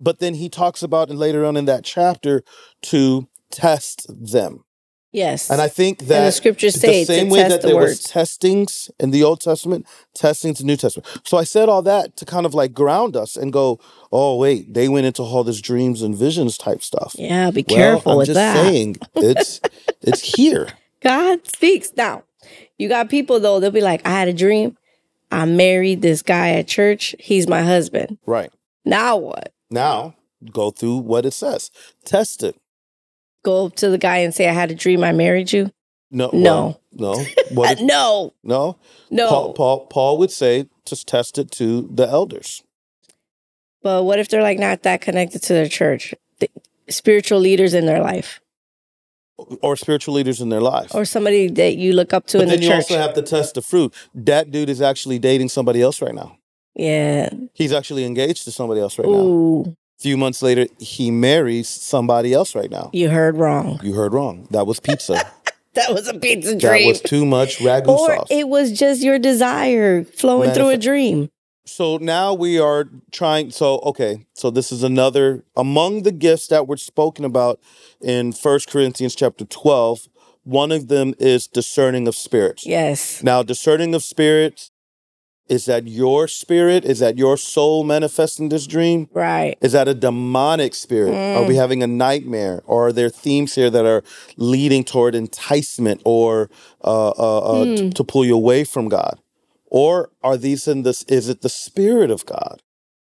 A: But then he talks about, and later on in that chapter, to test them.
B: Yes.
A: And I think that
B: and the scripture states
A: the same
B: to
A: way
B: test
A: that
B: the
A: there was
B: words.
A: testings in the Old Testament, testings in the New Testament. So I said all that to kind of like ground us and go, oh wait, they went into all this dreams and visions type stuff.
B: yeah. Be
A: well,
B: careful
A: I'm
B: with
A: just
B: that.
A: saying it's it's
B: (laughs)
A: here.
B: God speaks. Now, you got people though, they'll be like, I had a dream. I married this guy at church. He's my husband.
A: Right.
B: Now what?
A: Now go through what it says. Test it.
B: Go up to the guy and say, I had a dream. I married you.
A: No.
B: No.
A: well, no. What
B: (laughs) Uh,
A: it-
B: no,
A: no.
B: no.
A: Paul, Paul Paul would say just test it to the elders.
B: But what if they're like not that connected to their church, the spiritual leaders in their life,
A: Or spiritual leaders in their life.
B: or somebody that you look up to
A: but
B: in
A: then
B: the
A: you
B: church?
A: also have to test the fruit. That dude is actually dating somebody else right now.
B: yeah.
A: He's actually engaged to somebody else right now.
B: Ooh,
A: A few months later, he marries somebody else right now.
B: you heard wrong. (laughs)
A: You heard wrong. That was pizza.
B: That was a pizza
A: that
B: dream.
A: was too much ragu
B: or
A: sauce.
B: it was just your desire flowing through a
A: Manifest-
B: dream.
A: so now we are trying. So okay. So this is another among the gifts that were spoken about in First Corinthians chapter twelve. One of them is discerning of spirits.
B: Yes.
A: Now, discerning of spirits is that your spirit? Is that your soul manifesting this dream?
B: Right.
A: Is that a demonic spirit? Are we having a nightmare? Or are there themes here that are leading toward enticement or uh, uh, uh, t- to pull you away from God? Or are these in this? Is it the spirit of God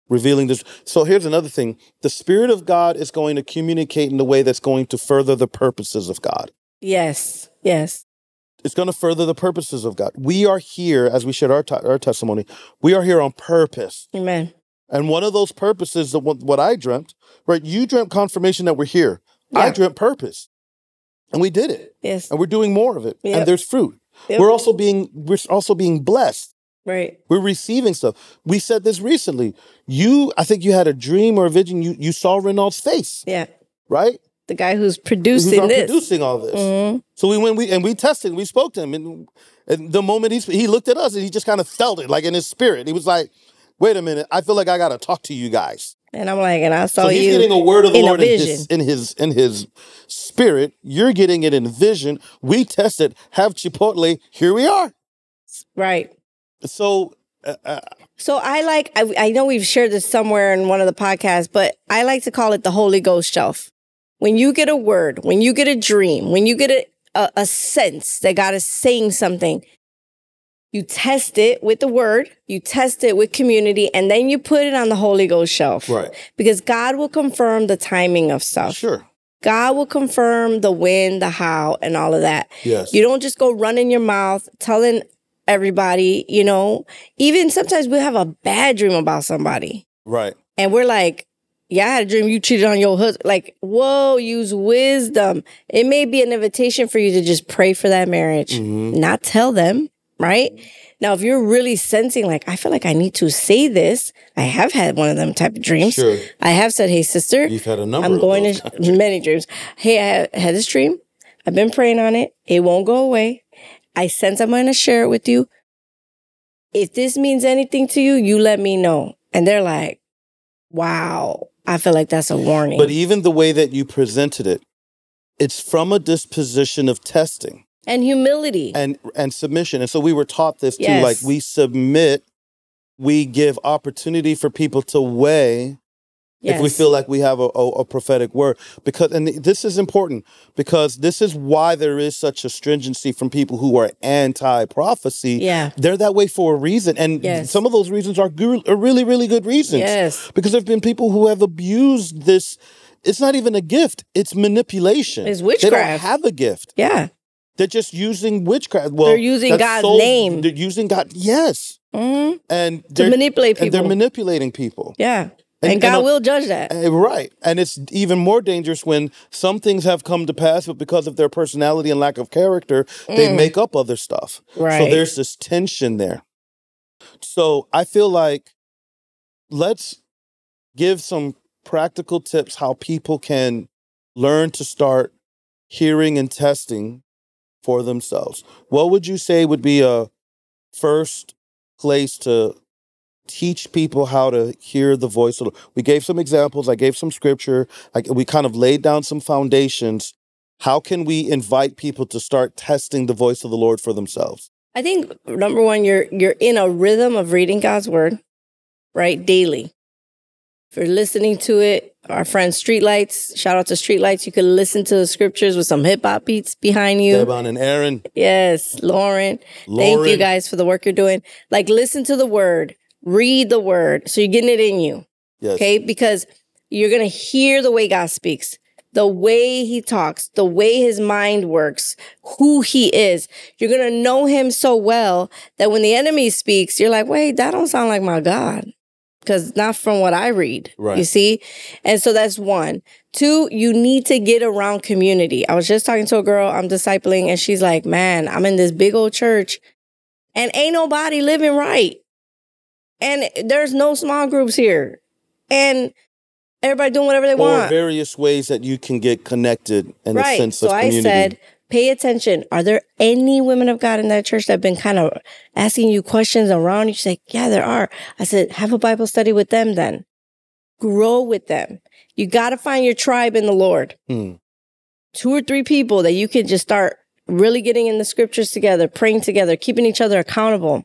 A: revealing this? So here's another thing: the spirit of God is going to communicate in a way that's going to further the purposes of God
B: Yes. Yes.
A: it's going to further the purposes of God. We are here, as we shared our, t- our testimony, we are here on purpose.
B: Amen.
A: And one of those purposes, that what, what I dreamt, right? You dreamt confirmation that we're here. I
B: Yeah.
A: dreamt purpose. and we did it
B: Yes.
A: and we're doing more of it
B: Yep.
A: and there's fruit
B: Yep.
A: we're also being we're also being blessed
B: Right.
A: we're receiving stuff we said this recently you i think you had a dream or a vision you you saw renault's face
B: Yeah.
A: right
B: The guy who's
A: who's
B: producing
A: are
B: this. Mm-hmm.
A: producing all this so we went we and we tested we spoke to him and, and the moment he, sp- he looked at us and he just kind of felt it like in his spirit he was like wait a minute i feel like i gotta talk to you guys
B: And I'm like, and I saw
A: so he's
B: you.
A: getting a word of the
B: in a
A: Lord in his,
B: vision.
A: in his in his spirit. You're getting it in vision. We test it. Have Chipotle. Here we are.
B: right.
A: So uh, uh,
B: So I like, I, I know we've shared this somewhere in one of the podcasts, but I like to call it the Holy Ghost shelf. When you get a word, when you get a dream, when you get a, a, a sense that God is saying something, you test it with the word, you test it with community, and then you put it on the Holy Ghost shelf.
A: Right.
B: Because God will confirm the timing of stuff.
A: uh, sure,
B: God will confirm the when, the how, and all of that.
A: yes,
B: You don't just go running your mouth telling everybody, you know, even sometimes we have a bad dream about somebody
A: right.
B: and we're like, yeah, I had a dream you cheated on your husband. Like, whoa, use wisdom. It may be an invitation for you to just pray for that marriage, not tell them, right? Now, if you're really sensing, like, I feel like I need to say this, I have had one of them type of dreams.
A: Sure.
B: I have said, hey, sister,
A: You've had a number.
B: I'm
A: of
B: going
A: those.
B: to many dreams. Hey, I ha- had this dream. I've been praying on it. It won't go away. I sense I'm going to share it with you. If this means anything to you, you let me know. And they're like, wow, I feel like that's a warning.
A: But e-, even the way that you presented it, it's from a disposition of testing
B: and humility.
A: and and submission. And so we were taught this too.
B: Yes.
A: Like we submit, we give opportunity for people to weigh. if we
B: Yes.
A: feel like we have a, a, a prophetic word because and this is important because this is why there is such a stringency from people who are anti-prophecy
B: Yeah.
A: they're that way for a reason and
B: Yes.
A: some of those reasons are, gr- are really really good reasons
B: Yes.
A: because there have been people who have abused this it's not even a gift it's manipulation
B: It's
A: they don't
B: witchcraft.
A: have a gift
B: Yeah.
A: they're just using witchcraft well
B: They're using
A: that's
B: God's
A: soul-
B: name.
A: they're using god yes
B: Mhm.
A: and
B: To
A: they're,
B: manipulate
A: and
B: people.
A: they're manipulating people
B: yeah.
A: And-
B: And,
A: and
B: God
A: a-
B: will judge that.
A: Eh, Right. And it's even more dangerous when some things have come to pass, but because of their personality and lack of character,
B: Mm.
A: they make up other stuff. So
B: Right.
A: there's this tension there. So I feel like let's give some practical tips how people can learn to start hearing and testing for themselves. What would you say would be a first place to teach people how to hear the voice of the Lord. We gave some examples. I gave some scripture. I, we kind of laid down some foundations. How can we invite people to start testing the voice of the Lord for themselves?
B: I think number one, you're you're in a rhythm of reading God's word, right? Daily. If you're listening to it, our friend Streetlights, shout out to Streetlights. You can listen to the scriptures with some hip hop beats behind you.
A: Devon and Aaron,
B: Yes, Lauren. Thank you
A: Lauren.
B: guys for the work you're doing. Like listen to the word, read the word. So you're getting it in you.
A: Yes.
B: Okay, because you're gonna hear the way God speaks, the way He talks, the way His mind works, who He is. You're gonna know Him so well that when the enemy speaks, you're like, wait, that don't sound like my God, because it's not from what I read.
A: Right.
B: You see, and so that's one. Two, you need to get around community. I was just talking to a girl I'm discipling, and she's like, man, I'm in this big old church, and ain't nobody living right. And there's no small groups here and everybody doing whatever they
A: Or
B: want.
A: various ways that you can get connected in a
B: Right.
A: sense
B: So
A: of
B: I
A: community.
B: said, pay attention. Are there any women of God in that church that have been kind of asking you questions around? You say, yeah, there are. I said, have a Bible study with them then. Grow with them. You got to find your tribe in the Lord.
A: Hmm.
B: Two or three people that you can just start really getting in the scriptures together, praying together, keeping each other accountable.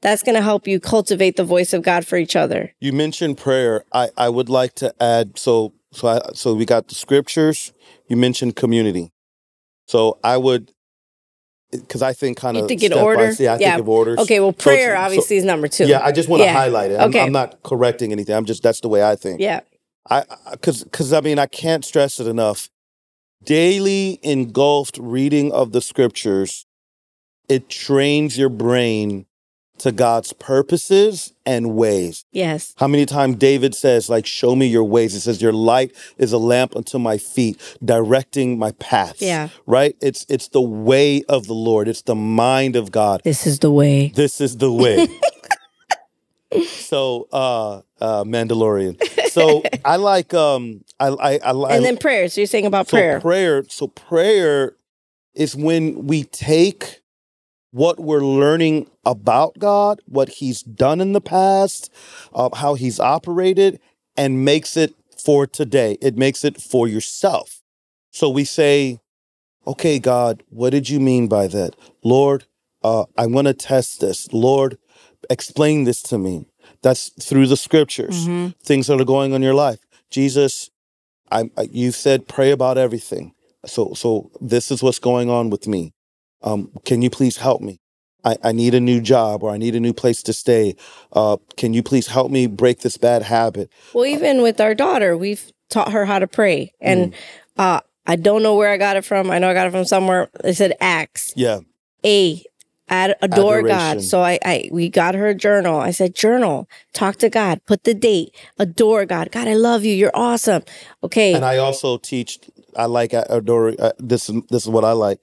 B: That's going to help you cultivate the voice of God for each other.
A: You mentioned prayer. I, I would like to add so so I, so we got the scriptures. You mentioned community. So I would because I think kind
B: You
A: of
B: think in
A: step by-
B: order?
A: Yeah, I
B: Yeah.
A: think of orders.
B: Okay, well,
A: So it's-
B: prayer
A: so-
B: obviously is number two.
A: Yeah, I just want to
B: Yeah.
A: highlight it. I'm,
B: Okay.
A: I'm not correcting anything. I'm just that's the way I think.
B: yeah.
A: I because because I mean I can't stress it enough. Daily engulfed reading of the scriptures, it trains your brain to God's purposes and ways.
B: Yes.
A: How many times David says, like, show me your ways? It says, your light is a lamp unto my feet, directing my paths.
B: Yeah.
A: Right? It's it's the way of the Lord. It's the mind of God.
B: This is the way.
A: This is the way. so uh uh Mandalorian.
B: (laughs)
A: So I like um I I I, I
B: and then prayer. So you're saying about
A: so
B: prayer.
A: prayer. So prayer is when we take what we're learning about God, what He's done in the past, uh, how He's operated, and makes it for today. It makes it for yourself. So we say, "Okay, God, what did you mean by that, Lord? Uh, I want to test this, Lord. Explain this to me." That's through the scriptures,
B: Mhm.
A: things that are going on in your life. Jesus, I, I you said pray about everything. So so this is what's going on with me. Um, can you please help me? I, I need a new job or I need a new place to stay. Uh, can you please help me break this bad habit?
B: Well, even with our daughter, we've taught her how to pray.
A: Mm.
B: And uh, I don't know where I got it from. I know I got it from somewhere. It said acts.
A: Yeah,
B: A ad- adore
A: Adoration.
B: God. So I, I we got her a journal. I said, journal, talk to God, put the date, adore God. God, I love you. You're awesome. Okay.
A: and I also teach. I like I adore. Uh, this is this is what I like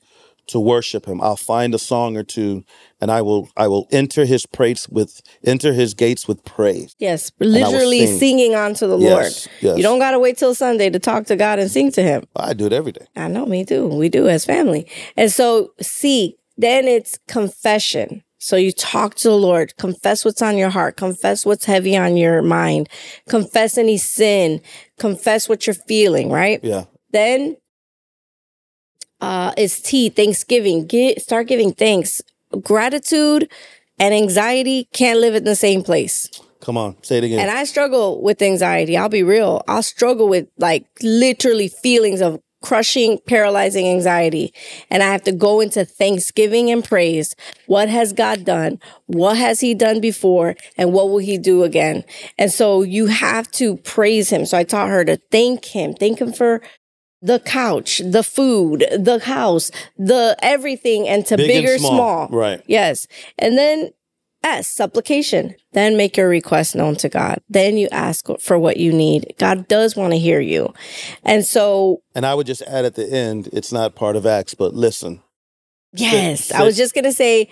A: to worship Him. I'll find a song or two, and I will I will enter His praise with enter His gates with praise.
B: yes.
A: I will
B: Literally
A: sing.
B: singing onto the
A: Yes,
B: Lord.
A: yes.
B: You don't gotta wait till Sunday to talk to God and sing to him.
A: I do it every day.
B: I know me too. We do as family. And so C, then it's confession. So you talk to the Lord, confess what's on your heart, confess what's heavy on your mind, confess any sin, confess what you're feeling, right?
A: Yeah,
B: Then uh it's T, Thanksgiving. Get start giving thanks. Gratitude and anxiety can't live in the same place.
A: come on, say it again.
B: And I struggle with anxiety. I'll be real. I'll struggle with like literally feelings of crushing, paralyzing anxiety. And I have to go into thanksgiving and praise. What has God done? What has He done before? And what will He do again? And so you have to praise Him. So I taught her to thank Him, thank Him for the couch, the food, the house, the everything, and to
A: Big and
B: bigger,
A: small. Right.
B: Yes. And then S, supplication. Then make your request known to God. Then you ask for what you need. God does want to hear you. And so,
A: And I would just add at the end, it's not part of Acts, but listen.
B: yes,
A: Sit-
B: I was
A: sit-
B: just going to say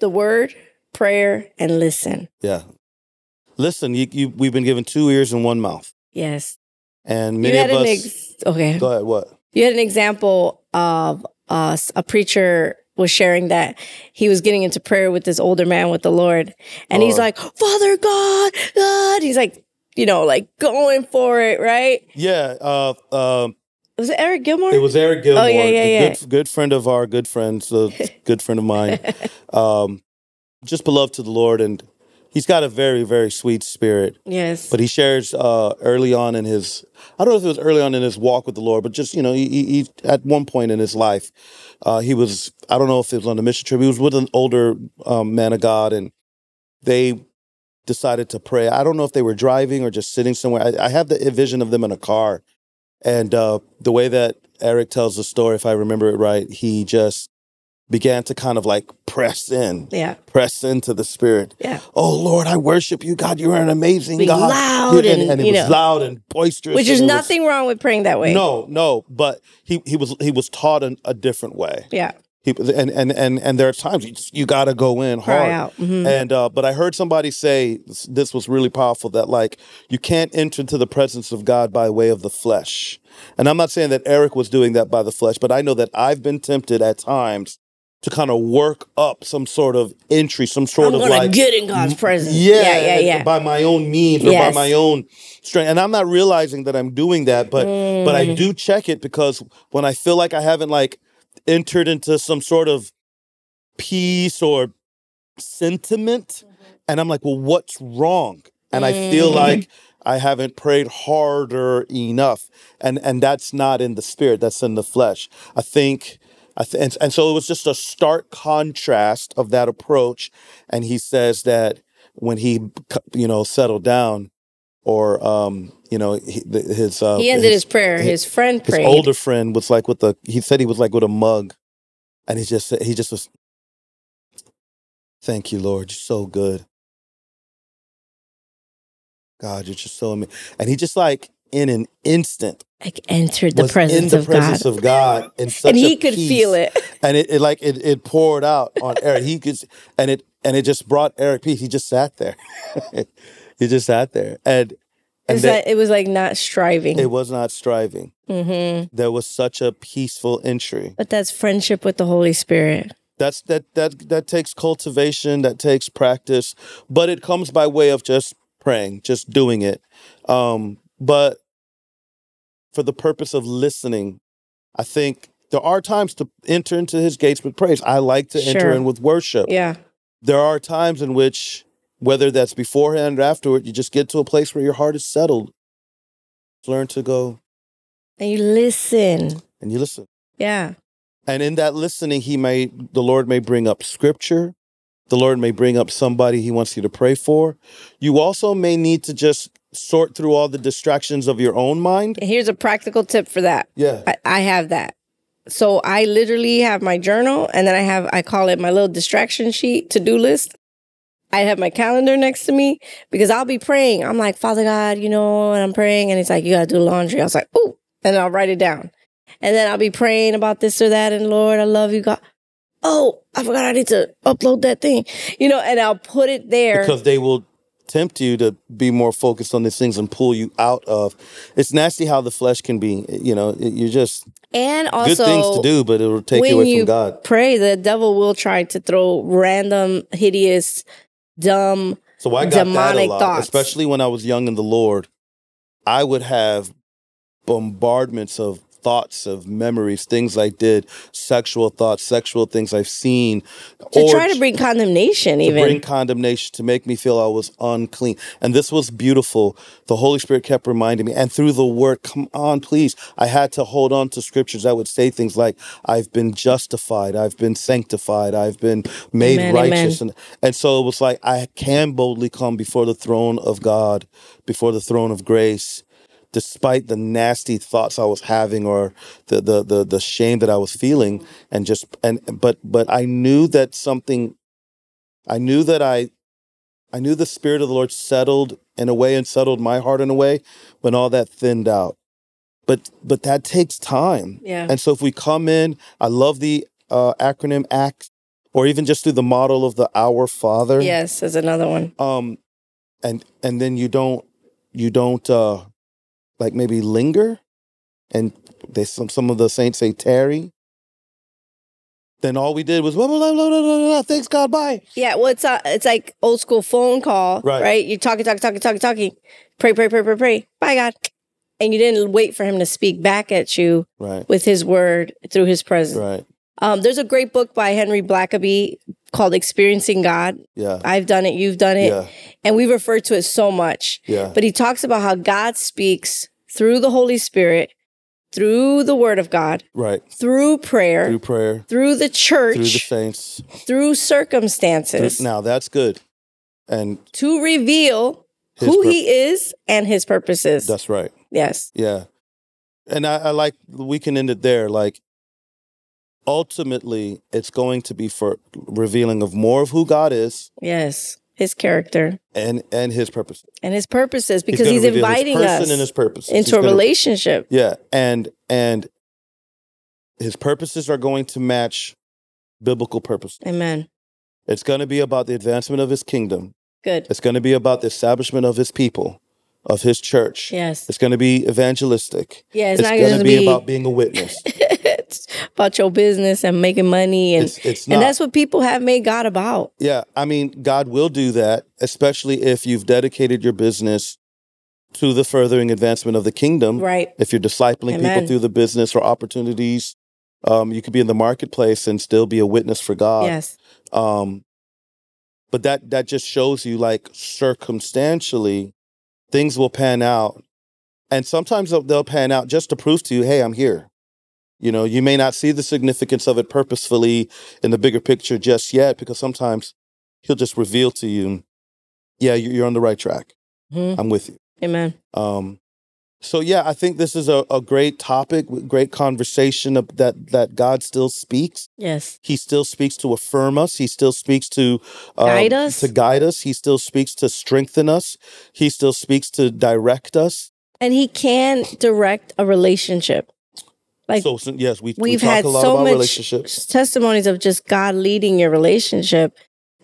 B: the word, prayer, and listen.
A: Yeah. Listen, you, you, we've been given two ears and one mouth.
B: Yes.
A: And
B: you
A: many
B: had
A: of
B: an
A: us.
B: ex- okay.
A: go ahead, what?
B: You had an example of uh, a preacher was sharing that he was getting into prayer with this older man with the Lord, and he's
A: Oh.
B: like, "Father God, God," he's like, you know, like going for it, right?
A: Yeah. Uh, um
B: Was it Eric Gilmore?
A: it was Eric Gilmore,
B: Oh, yeah, yeah,
A: a
B: yeah.
A: Good, good friend of our good friends, a good friend of
B: (laughs)
A: mine. Um, just beloved to the Lord. And he's got a very, very sweet spirit.
B: yes,
A: But he shares uh, early on in his, I don't know if it was early on in his walk with the Lord, but just, you know, he, he, he at one point in his life, uh, he was, I don't know if it was on the mission trip, he was with an older um, man of God and they decided to pray. I don't know if they were driving or just sitting somewhere. I, I have the vision of them in a car. And uh, the way that Eric tells the story, if I remember it right, he just began to kind of like press in,
B: yeah,
A: press into the spirit.
B: yeah.
A: Oh Lord, I worship you, God. You're an amazing
B: Be
A: God.
B: loud
A: Yeah,
B: and,
A: and it
B: you
A: was
B: know.
A: loud and boisterous,
B: Which is
A: and it was-
B: nothing wrong with praying that way.
A: no, no, but he he was he was taught in a different way.
B: yeah,
A: He and and and and there are times you, just- you got to go in
B: cry
A: hard.
B: out. Mhm.
A: And uh, but I heard somebody say this, this was really powerful that like you can't enter into the presence of God by way of the flesh. And I'm not saying that Eric was doing that by the flesh, but I know that I've been tempted at times to kind of work up some sort of entry, some sort
B: I'm
A: of
B: gonna
A: like Mm-hmm.
B: get in God's presence.
A: yeah,
B: yeah, yeah. yeah.
A: by my own means or by
B: Yes.
A: my own strength. And I'm not realizing that I'm doing that, but but I do check it because when I feel like I haven't like entered into some sort of peace or sentiment,
B: Mm-hmm.
A: and I'm like, well, what's wrong? And I feel like I haven't prayed harder enough, and and that's not in the spirit, that's in the flesh. I think. I th- and, and so it was just a stark contrast of that approach. And he says that when he, you know, settled down, or um, you know, he, th- his uh,
B: Mm. He ended his, prayer. His friend
A: his
B: prayed.
A: older friend was like with the he said he was like with a mug, and he just said- he just was Thank you, Lord. You're so good. God, you're just so amazing. And he just like in an instant
B: Like entered the
A: was in
B: presence
A: the
B: of God.
A: presence of God in such
B: and
A: a
B: he could
A: peace.
B: feel it.
A: And it, it like it, it poured out on Eric. He could and it and it just brought Eric peace. He just sat there. (laughs) he just sat there. And and
B: It's
A: that,
B: like- it was like not striving.
A: it was not striving.
B: hmm
A: There was such a peaceful entry.
B: But that's friendship with the Holy Spirit.
A: That's that that that takes cultivation, that takes practice, but it comes by way of just praying, just doing it. Um, but for the purpose of listening. I think there are times to enter into his gates with praise. I like to enter
B: Sure.
A: in with worship.
B: Yeah.
A: There are times in which, whether that's beforehand or afterward, you just get to a place where your heart is settled. Learn to go
B: And you listen.
A: and you listen.
B: Yeah.
A: And in that listening, he may the Lord may bring up scripture. The Lord may bring up somebody he wants you to pray for. You also may need to just sort through all the distractions of your own mind.
B: And here's a practical tip for that.
A: Yeah.
B: I, I have that. So I literally have my journal and then I have, I call it my little distraction sheet to do list. I have my calendar next to me because I'll be praying. I'm like, Father God, you know, and I'm praying. And it's like, you got to do laundry. I was like, oh, and I'll write it down. And then I'll be praying about this or that. And Lord, I love you, God. Oh, I forgot I need to upload that thing, you know, and I'll put it there.
A: because they will tempt you to be more focused on these things and pull you out of it's nasty how the flesh can be you know it- you're just
B: and also,
A: good things to do but it'll take you away from god
B: pray, the devil will try to throw random, hideous, dumb.
A: so i got that a
B: demonic
A: lot
B: thoughts.
A: especially when i was young in the lord i would have bombardments of thoughts of memories things i did sexual thoughts sexual things i've seen
B: To
A: or
B: try to bring condemnation,
A: to
B: even.
A: bring condemnation to make me feel I was unclean. And this was beautiful. The Holy Spirit kept reminding me, and through the Word, come on, please. I had to hold on to scriptures that would say things like, "I've been justified, I've been sanctified, I've been made
B: Amen,
A: righteous," and and so it was like I can boldly come before the throne of God, before the throne of grace. Despite the nasty thoughts I was having or the, the the the shame that I was feeling and just and but but I knew that something I knew that I I knew the spirit of the Lord settled in a way and settled my heart in a way when all that thinned out. But but that takes time.
B: yeah.
A: And so if we come in, I love the uh, acronym ACT, or even just through the model of the Our Father.
B: Yes, is another one.
A: Um, and and then you don't you don't uh like maybe linger, and they some some of the saints say tarry. Then all we did was blah blah blah blah blah blah. blah thanks God, bye.
B: Yeah, well, it's, uh, it's like old school phone call,
A: Right.
B: right? You're talking, talking, talking, talking, talking. Pray, pray, pray, pray, pray. Bye, God. And you didn't wait for him to speak back at you
A: Right,
B: with his word through his presence.
A: right,
B: Um, there's a great book by Henry Blackaby called Experiencing God.
A: yeah,
B: I've done it, you've done it.
A: yeah,
B: And we refer to it so much.
A: yeah.
B: But he talks about how God speaks through the Holy Spirit, through the word of God,
A: Right.
B: through prayer,
A: Through
B: through,
A: prayer,
B: the
A: through
B: church, through,
A: the saints. Through-
B: circumstances.
A: now that's good. And
B: to reveal
A: His
B: who
A: pur-
B: he is and his purposes.
A: that's right.
B: yes.
A: Yeah. And I, I like, we can end it there. Like, ultimately, it's going to be for revealing of more of who God is
B: Yes. His character
A: and and his purpose.
B: and his purposes because
A: gonna
B: he's,
A: reveal
B: inviting
A: his person
B: us
A: and his purpose
B: into a relationship.
A: Yeah. And, and his purposes are going to match biblical purpose.
B: Amen.
A: It's going to be about the advancement of his kingdom.
B: Good.
A: It's going to be about the establishment of his people, of his church.
B: Yes.
A: It's going to be evangelistic.
B: Yeah, it's,
A: It's,
B: not
A: going
B: going
A: to be,
B: (laughs)
A: about being a witness.
B: it's about your business and making money and
A: it's it's not.
B: and that's what people have made God about.
A: yeah, I mean, God will do that, especially if you've dedicated your business to the furthering advancement of the kingdom.
B: Right.
A: If you're discipling people
B: Amen.
A: through the business or opportunities, um, you could be in the marketplace and still be a witness for God.
B: yes.
A: Um, but that that just shows you, like circumstantially, things will pan out, and sometimes they'll, they'll pan out just to prove to you, hey, I'm here. You know, you may not see the significance of it purposefully in the bigger picture just yet, because sometimes he'll just reveal to you, yeah, you- you're on the right track.
B: Mhm.
A: I'm with you.
B: Amen.
A: Um, So yeah, I think this is a, a great topic, great conversation of that that God still speaks.
B: Yes.
A: He still speaks to affirm us. He still speaks to um,
B: Guide us.
A: to guide us. He still speaks to strengthen us. He still speaks to direct us.
B: And he can direct a relationship. Like
A: so so, yes, we we
B: we've
A: talk
B: had
A: a lot
B: so
A: about
B: much
A: relationships.
B: testimonies of just God leading your relationship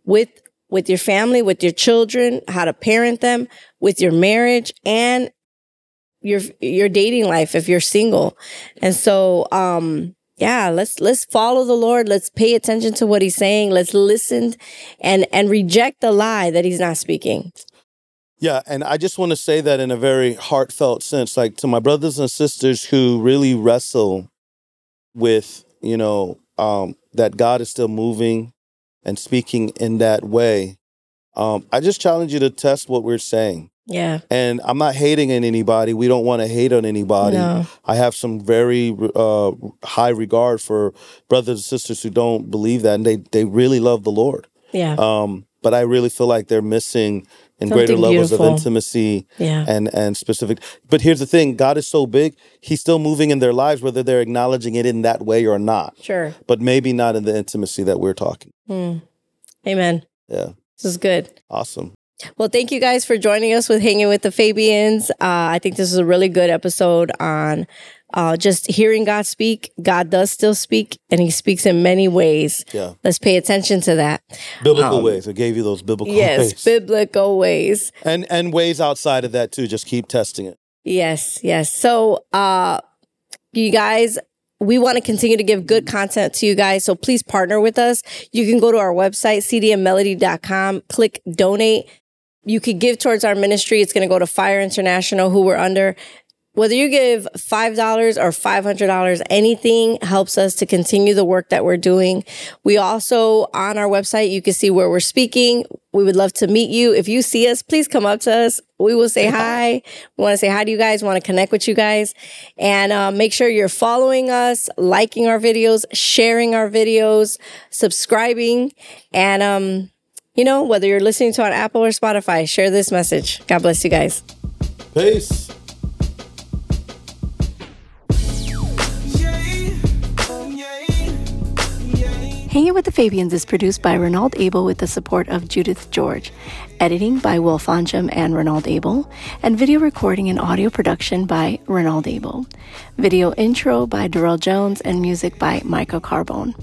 B: with with your family, with your children, how to parent them, with your marriage and your your dating life if you're single. And so um yeah, let's let's follow the Lord. Let's pay attention to what he's saying. Let's listen and and reject the lie that he's not speaking.
A: Yeah, and I just want to say that in a very heartfelt sense, like to my brothers and sisters who really wrestle with, you know, um, that God is still moving and speaking in that way. Um, I just challenge you to test what we're saying.
B: Yeah.
A: And I'm not hating on anybody. We don't want to hate on anybody.
B: No.
A: I have some very uh, high regard for brothers and sisters who don't believe that, and they they really love the Lord.
B: Yeah.
A: Um, but I really feel like they're missing in greater
B: Something
A: levels of
B: beautiful.
A: intimacy
B: Yeah.
A: and and specific. But here's the thing: God is so big; He's still moving in their lives, whether they're acknowledging it in that way or not.
B: Sure.
A: But maybe not in the intimacy that we're talking.
B: Hmm. Amen.
A: Yeah,
B: This is good.
A: awesome.
B: Well, thank you guys for joining us with Hanging with the Fabians. Uh, I think this is a really good episode on uh, just hearing God speak. God does still speak, and He speaks in many ways.
A: Yeah,
B: Let's pay attention to that.
A: biblical
B: Um,
A: ways. I gave you those biblical (laughs)
B: Yes,
A: ways,
B: biblical ways.
A: and and ways outside of that too. Just keep testing it.
B: Yes, yes. So, uh, you guys, we want to continue to give good content to you guys. So please partner with us. You can go to our website, cdmmelody.com, click donate. You could give towards our ministry. It's going to go to Fire International, who we're under. Whether you give $5 or $500, anything helps us to continue the work that we're doing. We also, on our website, you can see where we're speaking. We would love to meet you. If you see us, please come up to us. We will say hi. We want to say hi to you guys, want to connect with you guys. And uh, make sure you're following us, liking our videos, sharing our videos, subscribing. And, um, you know, whether you're listening to on Apple or Spotify, share this message. God bless you guys.
A: Peace.
C: Yay, yay, yay.
D: Hanging with the Fabians is produced by Renald Abel with the support of Judith George, editing by Will Foncham and Renald Abel, and video recording and audio production by Renald Abel. Video intro by Darrell Jones and music by Michael Carbone.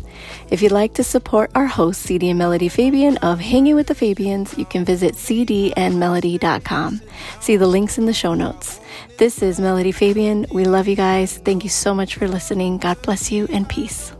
D: If you'd like to support our host, CD and Melody Fabian of Hanging with the Fabians, you can visit cdandmelody.com. See the links in the show notes. This is Melody Fabian. We love you guys. Thank you so much for listening. God bless you and peace.